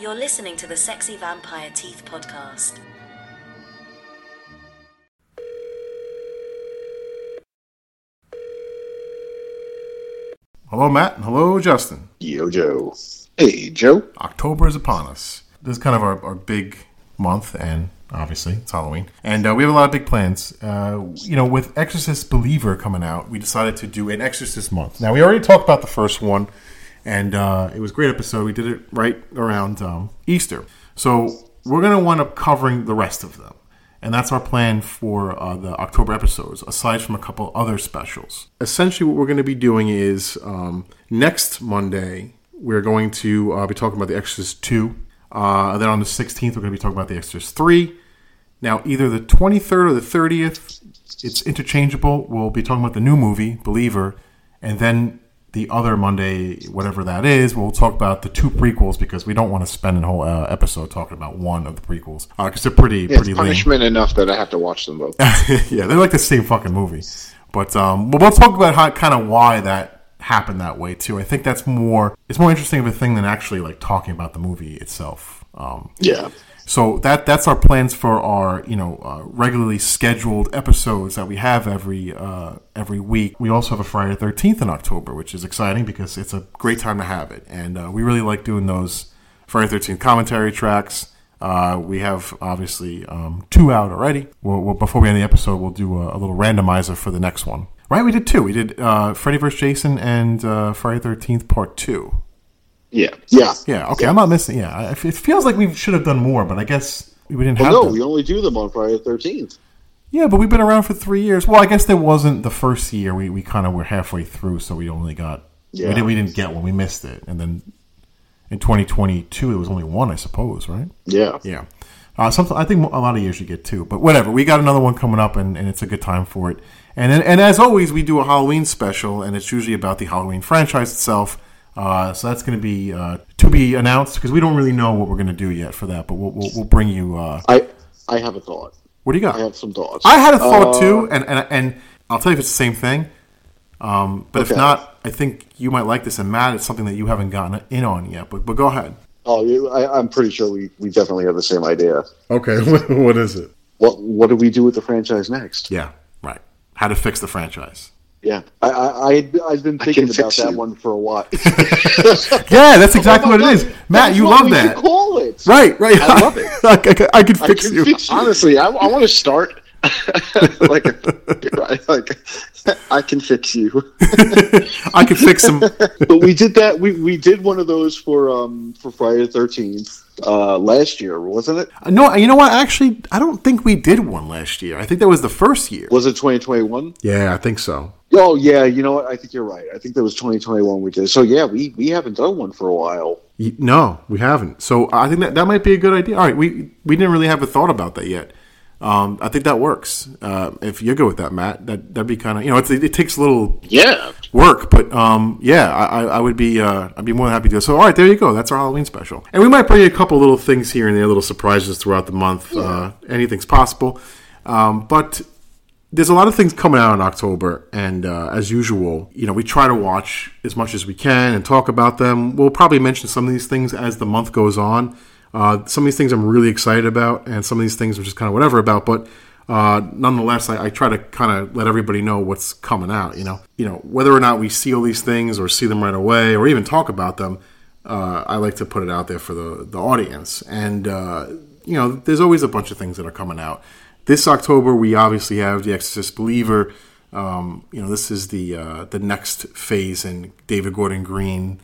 You're listening to the Sexy Vampire Teeth Podcast. Hello, Matt. and Hello, Justin. Yo, Joe. Hey, Joe. October is upon us. This is kind of our, our big month, and obviously it's Halloween. And uh, we have a lot of big plans. Uh, you know, with Exorcist Believer coming out, we decided to do an Exorcist month. Now, we already talked about the first one, and uh, it was a great episode. We did it right around um, Easter. So we're going to wind up covering the rest of them. And that's our plan for uh, the October episodes, aside from a couple other specials. Essentially, what we're going to be doing is um, next Monday, we're going to uh, be talking about The Exorcist 2. Uh, then on the 16th, we're going to be talking about The Exorcist 3. Now, either the 23rd or the 30th, it's interchangeable. We'll be talking about the new movie, Believer. And then the other Monday, whatever that is, we'll talk about the two prequels because we don't want to spend a whole uh, episode talking about one of the prequels because they're pretty, Yeah, it's pretty lame punishment enough that I have to watch them both. yeah, they're like the same fucking movie. But um, but we'll talk about how kind of why that happened that way too. I think that's more it's more interesting of a thing than actually like talking about the movie itself. Um, yeah. so that that's our plans for our you know uh, regularly scheduled episodes that we have every uh, every week. We also have a Friday Thirteenth in October, which is exciting because it's a great time to have it, and uh, we really like doing those Friday Thirteenth commentary tracks. Uh, we have obviously um, two out already. We'll, we'll, before we end the episode, we'll do a, a little randomizer for the next one. Right, we did two. We did uh, Freddy vs. Jason and uh, Friday Thirteenth Part Two. Yeah. Yeah. Yeah, okay, I'm not missing. Yeah, I- it feels like we should have done more, but I guess we didn't have. Well, no, them. we only do them on Friday the 13th. Yeah, but we've been around for three years. Well, I guess there wasn't the first year. We, we kind of were halfway through, so we only got we Yeah. didn't we didn't get one. We missed it, and then in 2022 there was only one, I suppose, right? Yeah. Yeah. Uh, something I think a lot of years you get two, but whatever. We got another one coming up, and, and it's a good time for it. And then, and as always, we do a Halloween special, and it's usually about the Halloween franchise itself. Uh, so that's going to be uh, to be announced because we don't really know what we're going to do yet for that, but we'll, we'll, we'll bring you. Uh, I I have a thought. what do you got? I have some thoughts. I had a thought too, and, and and I'll tell you if it's the same thing. Um, but if Okay. not, I think you might like this. And Matt, it's something that you haven't gotten in on yet. But but go ahead. Oh, you- I, I'm pretty sure we, we definitely have the same idea. Okay, what is it? What What do we do with the franchise next? Yeah, right. How to fix the franchise? Yeah. I, I, I, I've been thinking about fix that you. one for a while. Yeah, that's exactly what it is. Matt, That's you what love we should that. Call it. Right, right. I love it. I, could- I could I fix can you. fix you. Honestly, I, I want to start like, like I can fix you. I could fix some. but we did that. We, we did one of those for um for Friday the Thirteenth uh, last year, wasn't it? No, you know what? Actually, I don't think we did one last year. I think that was the first year. Was it twenty twenty one? Yeah, I think so. Oh yeah, you know what? I think you're right. I think that was twenty twenty one we did. So yeah, we we haven't done one for a while. Y- No, we haven't. So I think that that might be a good idea. All right, we we didn't really have a thought about that yet. Um, I think that works. Uh, if you're good with that, Matt, that that'd be kind of you know it's, it takes a little Yeah, work, but um, yeah, I, I I would be uh, I'd be more than happy to. do it. So all right, there you go. That's our Halloween special, and we might bring you a couple little things here and there, little surprises throughout the month. Uh, anything's possible, um, but there's a lot of things coming out in October, and uh, as usual, you know, we try to watch as much as we can and talk about them. We'll probably mention some of these things as the month goes on. Uh, some of these things I'm really excited about, and some of these things I'm just kind of whatever about. But uh, nonetheless, I, I try to kind of let everybody know what's coming out. You know, you know whether or not we see all these things or see them right away or even talk about them uh, I like to put it out there for the, the audience. And, uh, you know, there's always a bunch of things that are coming out. This October, we obviously have The Exorcist Believer. Um, you know, this is the uh, the next phase in David Gordon Green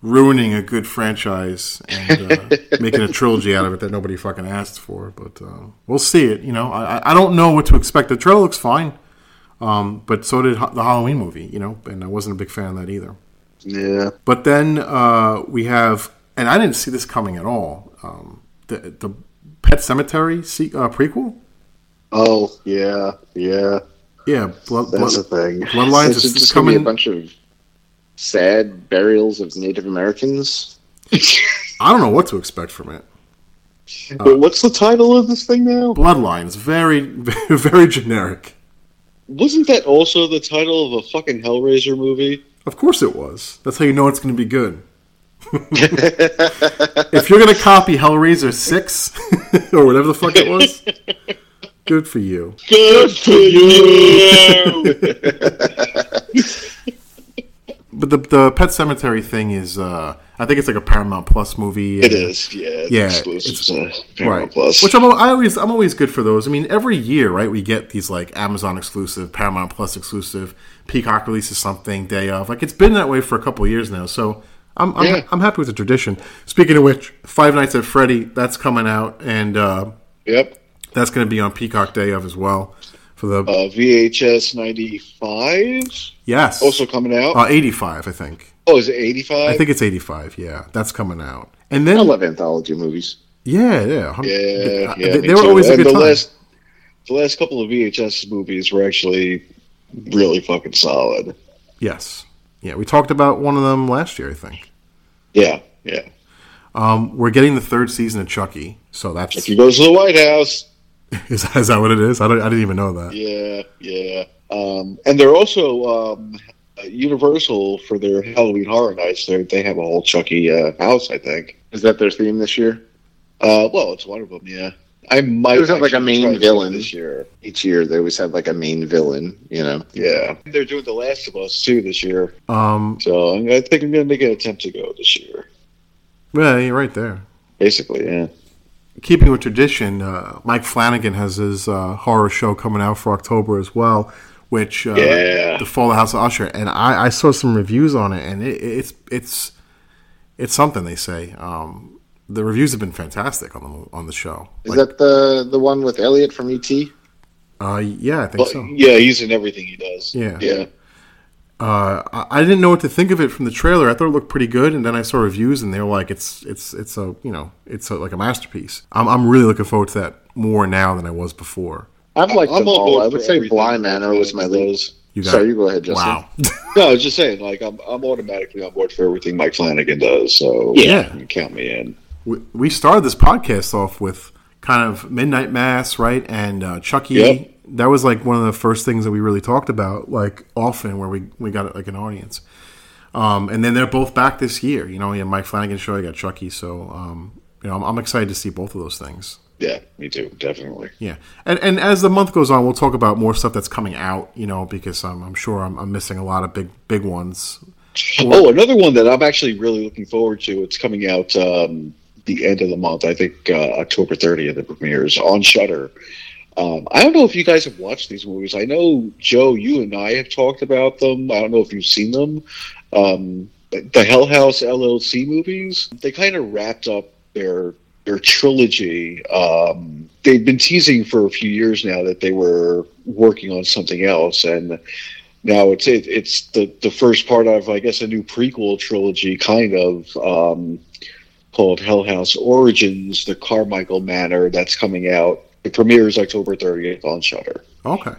ruining a good franchise and uh, making a trilogy out of it that nobody fucking asked for. But um, we'll see it. You know, I, I- I don't know what to expect. The trailer looks fine, um, but so did Ha- the Halloween movie. You know, and I wasn't a big fan of that either. Yeah, But then uh, we have, and I didn't see this coming at all. Um, the the Pet Cemetery se- uh, prequel. Oh yeah, yeah. Yeah, blood, blood, That's a thing. Bloodlines it's is just gonna be a coming. bunch of sad burials of Native Americans. I don't know what to expect from it. but what's the title of this thing now? Bloodlines, very very generic. Wasn't that also the title of a fucking Hellraiser movie? Of course it was. That's how you know it's going to be good. if you're gonna copy Hellraiser six or whatever the fuck it was, good for you. Good for you. But the the Pet Cemetery thing is, uh, I think it's like a Paramount Plus movie. it is, yeah. Yeah, exclusives it's- to Paramount right. Plus. Which I'm al- I always I'm always good for those. I mean, every year, right? We get these like Amazon exclusive, Paramount Plus exclusive. Peacock releases something day of. Like it's been that way for a couple years now. So I'm I'm, Yeah. I'm happy with the tradition. Speaking of which, Five Nights at Freddy that's coming out, and uh, yep. that's going to be on Peacock day of as well. For the Uh, VHS 95 yes, also coming out. uh, 85, I think. oh, is it 85? I think it's 85. Yeah, that's coming out. And then I love anthology movies. yeah, yeah, hun- Yeah, They, yeah. they me were too. always a And good the time. last the last couple of VHS movies were actually really fucking solid. Yes. Yeah, we talked about one of them last year, I think. Yeah, yeah. Um, we're getting the third season of Chucky, so that's He goes to the White House. is, is that what it is? I, don't, I didn't even know that. Yeah, yeah. Um, and they're also um, Universal for their Halloween Horror Nights. They they have a whole Chucky uh, house, I think. Is that their theme this year? Uh, well, it's one of them. Yeah, I might They always have, like, a actually main try to see villain. this year. Each year they always have like a main villain, you know. Yeah, they're doing The Last of Us too this year. Um, So I'm- I think I'm going to make an attempt to go this year. yeah, you're right there. Basically, yeah. Keeping with tradition, uh, Mike Flanagan has his uh, horror show coming out for October as well, which uh, Yeah. the Fall of the House of Usher, and I, I saw some reviews on it, and it, it's it's it's something they say. Um, the reviews have been fantastic on the on the show. Is that the the one with Elliot from E ET? Uh, yeah, I think Well, so. yeah, he's in everything he does. Yeah. yeah. Uh, I I didn't know what to think of it from the trailer. I thought it looked pretty good, and then I saw reviews, and they were like, "It's it's it's a you know it's a, like a masterpiece." I'm I'm really looking forward to that more now than I was before. I've liked I'm them on all. board I for would say everything Bly that Manor was my least. does. You got Sorry, it. you go ahead, Justin. Wow. No, I was just saying, like I'm, I'm automatically on board for everything Mike Flanagan does. So Yeah. you can count me in. we, we started this podcast off with kind of Midnight Mass, right? And uh, Chucky. Yep. That was like one of the first things that we really talked about, like often where we we got like an audience. Um, and then they're both back this year. You know, you have Mike Flanagan show, you got Chucky. So um, you know, I'm, I'm excited to see both of those things. Yeah, me too, definitely. Yeah, and and as the month goes on, we'll talk about more stuff that's coming out. You know, because I'm, I'm sure I'm, I'm missing a lot of big big ones. oh, another one that I'm actually really looking forward to. It's coming out um, the end of the month. I think uh, October 30th it premieres on Shutter. Um, I don't know if you guys have watched these movies. I know Joe, you and I have talked about them. I don't know if you've seen them. Um, the Hell House LLC movies. They kind of wrapped up their their trilogy. Um, they've been teasing for a few years now that they were working on something else, and now it's it, it's the the first part of I guess a new prequel trilogy, kind of um, called Hell House Origins: The Carmichael Manor. That's coming out. It premieres October 30th on Shutter. Okay,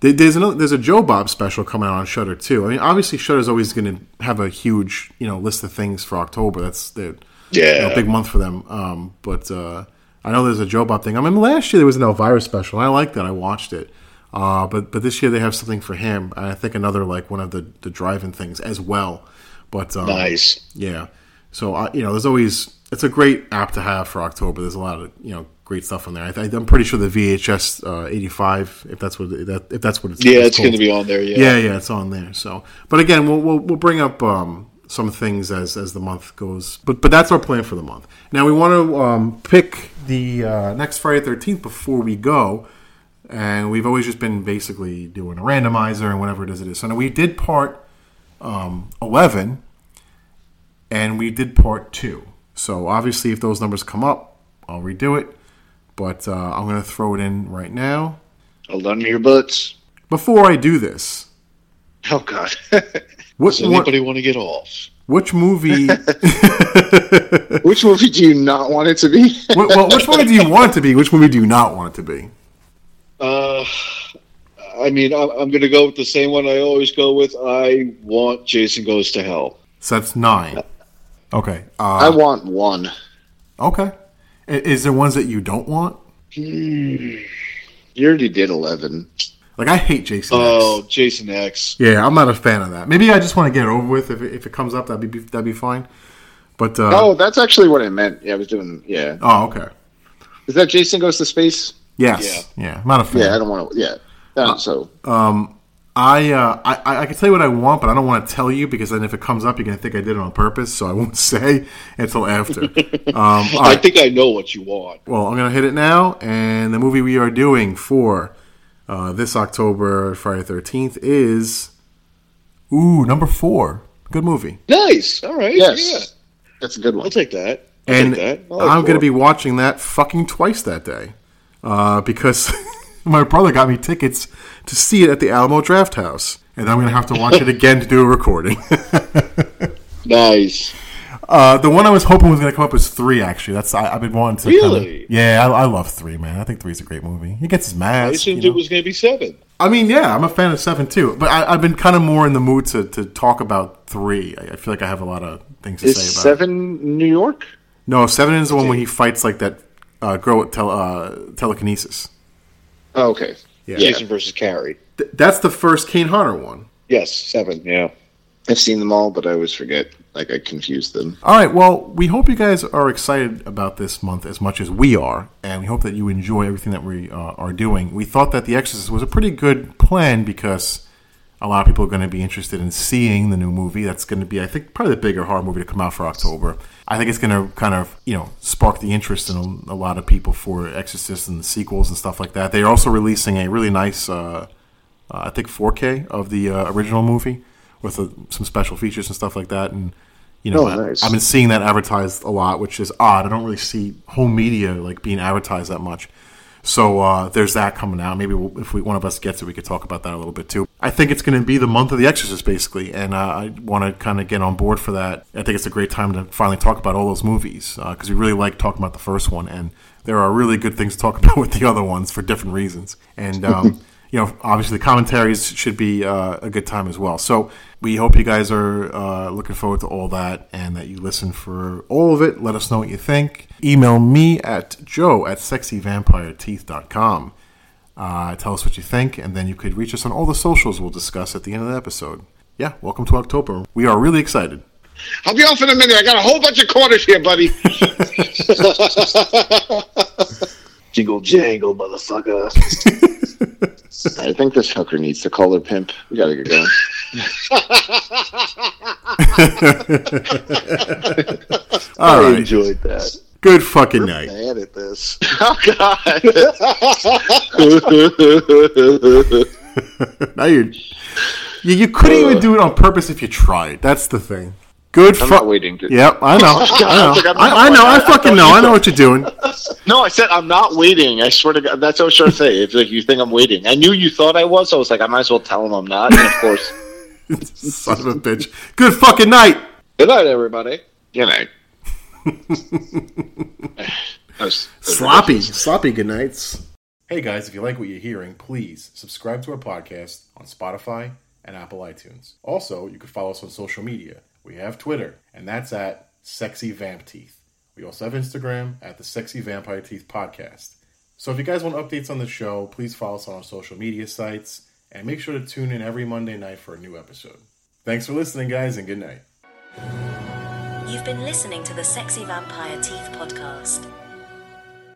There- there's another there's a Joe Bob special coming out on Shutter too. I mean, obviously Shutter's always going to have a huge you know list of things for October. That's the Yeah. big month for them. Um, but uh, I know there's a Joe Bob thing. I mean, last year there was an Elvira special. And I liked that. I watched it. Uh, but but this year they have something for him. And I think another like one of the the drive-in things as well. But um, Nice. Yeah. So I, you know, there's always it's a great app to have for October. There's a lot of you know great stuff on there. I, th- I'm pretty sure the VHS uh, 85, if that's what that, if that's what it's Yeah, it's going to be on there. Yeah. yeah yeah it's on there. So, but again, we'll we'll, we'll bring up um, some things as as the month goes. But but that's our plan for the month. Now we want to um, pick the uh, next Friday 13th before we go. And we've always just been basically doing a randomizer and whatever it is it is. So now we did part um, 11, and we did part two. So obviously, if those numbers come up, I'll redo it. But uh, I'm going to throw it in right now. Hold on to your butts. Before I do this, Oh God. what, what Does anybody want to get off? which movie? Which movie do you not want it to be? what, well, which movie do you want it to be? Which movie do you not want it to be? Uh, I mean, I'm, I'm going to go with the same one I always go with. I want Jason Goes to Hell. So that's nine. Okay. I Uh, want one. okay. I- Is there ones that you don't want? You already did eleven. Like I hate Jason. X. Oh, Jason X. Yeah, I'm not a fan of that. Maybe I just want to get it over with. If it, if it comes up, that'd be that'd be fine. But oh, uh, that's actually what I meant. Yeah, I was doing. Yeah, oh, okay. is that Jason goes to space? Yes. Yeah. Not a fan. Yeah, I don't want to. Yeah, Uh, so I, uh, I I can tell you what I want, but I don't want to tell you because then if it comes up, you're gonna think I did it on purpose. So I won't say until after. um, all I right. think I know what you want. Well, I'm gonna hit it now, and the movie we are doing for uh, this October Friday Thirteenth is ooh number four. Good movie, Nice. All right. yes, Yeah. that's a good one. I'll take that. I'll and take that. Oh, I like I'm gonna four. be watching that fucking twice that day uh, because my brother got me tickets to see it at the Alamo Draft House, and I'm gonna have to watch it again to do a recording. nice. Uh, the one I was hoping was going to come up was three. Actually, that's I, I've been wanting to. Really? Kinda, yeah, I, I love three, man. I think three's a great movie. He gets his I mask. you assumed know? it was going to be seven. I mean, yeah, I'm a fan of seven too, but I, I've been kind of more in the mood to, to talk about three. I, I feel like I have a lot of things to Is say about. It. seven New York? No, seven is the one where he fights like that uh, girl with tele, uh, telekinesis. Oh, okay. Jason versus Carrie. Th- that's the first Kane Hunter one. Yes, seven. Yeah. I've seen them all, but I always forget. Like I confuse them. All right. Well, we hope you guys are excited about this month as much as we are, and we hope that you enjoy everything that we uh, are doing. We thought that The Exorcist was a pretty good plan because a lot of people are going to be interested in seeing the new movie. That's going to be, I think, probably the bigger horror movie to come out for October. I think it's going to kind of, you know, spark the interest in a, a lot of people for Exorcist and the sequels and stuff like that. They're also releasing a really nice. Uh, uh, I think 4K of the uh, original movie with uh, some special features and stuff like that. And you know, Oh, I- nice. I've been seeing that advertised a lot, which is odd. I don't really see home media like being advertised that much. So uh, there's that coming out. Maybe we'll, if we, one of us gets it, we could talk about that a little bit too. I think it's going to be the month of The Exorcist, basically, and uh, I want to kind of get on board for that. I think it's a great time to finally talk about all those movies because we really like talking about the first one, and there are really good things to talk about with the other ones for different reasons. And um, you know, obviously the commentaries should be uh, a good time as well. So we hope you guys are uh, looking forward to all that and that you listen for all of it. Let us know what you think. Email me at joe at sexyvampireteeth.com. Uh, tell us what you think, and then you could reach us on all the socials we'll discuss at the end of the episode. Yeah, welcome to October. We are really excited. I'll be off in a minute. I got a whole bunch of quarters here, buddy. Jingle jangle, motherfucker. I think this hooker needs to call her pimp. We gotta get going. All I right, enjoyed that. good fucking night. I edit this. Oh god. now you're, you you couldn't even do it on purpose if you tried. That's the thing. Good. I'm fu- not waiting to- Yep, I know. I like, know. I'm not I, I know. I waiting. fucking know. I know what you're doing. no, I said I'm not waiting. I swear to God, that's what I was trying to say. It's like you think I'm waiting. I knew you thought I was. So I was like, I might as well tell him I'm not. And of course, Son of a bitch. Good fucking night. good night, everybody. Good night. That was- Sloppy. Sloppy good nights. Hey guys, if you like what you're hearing, please subscribe to our podcast on Spotify and Apple iTunes. Also, you can follow us on social media. We have Twitter, and that's at Sexy Vamp Teeth. We also have Instagram at the Sexy Vampire Teeth Podcast. So if you guys want updates on the show, please follow us on our social media sites and make sure to tune in every Monday night for a new episode. Thanks for listening, guys, and good night. You've been listening to the Sexy Vampire Teeth Podcast.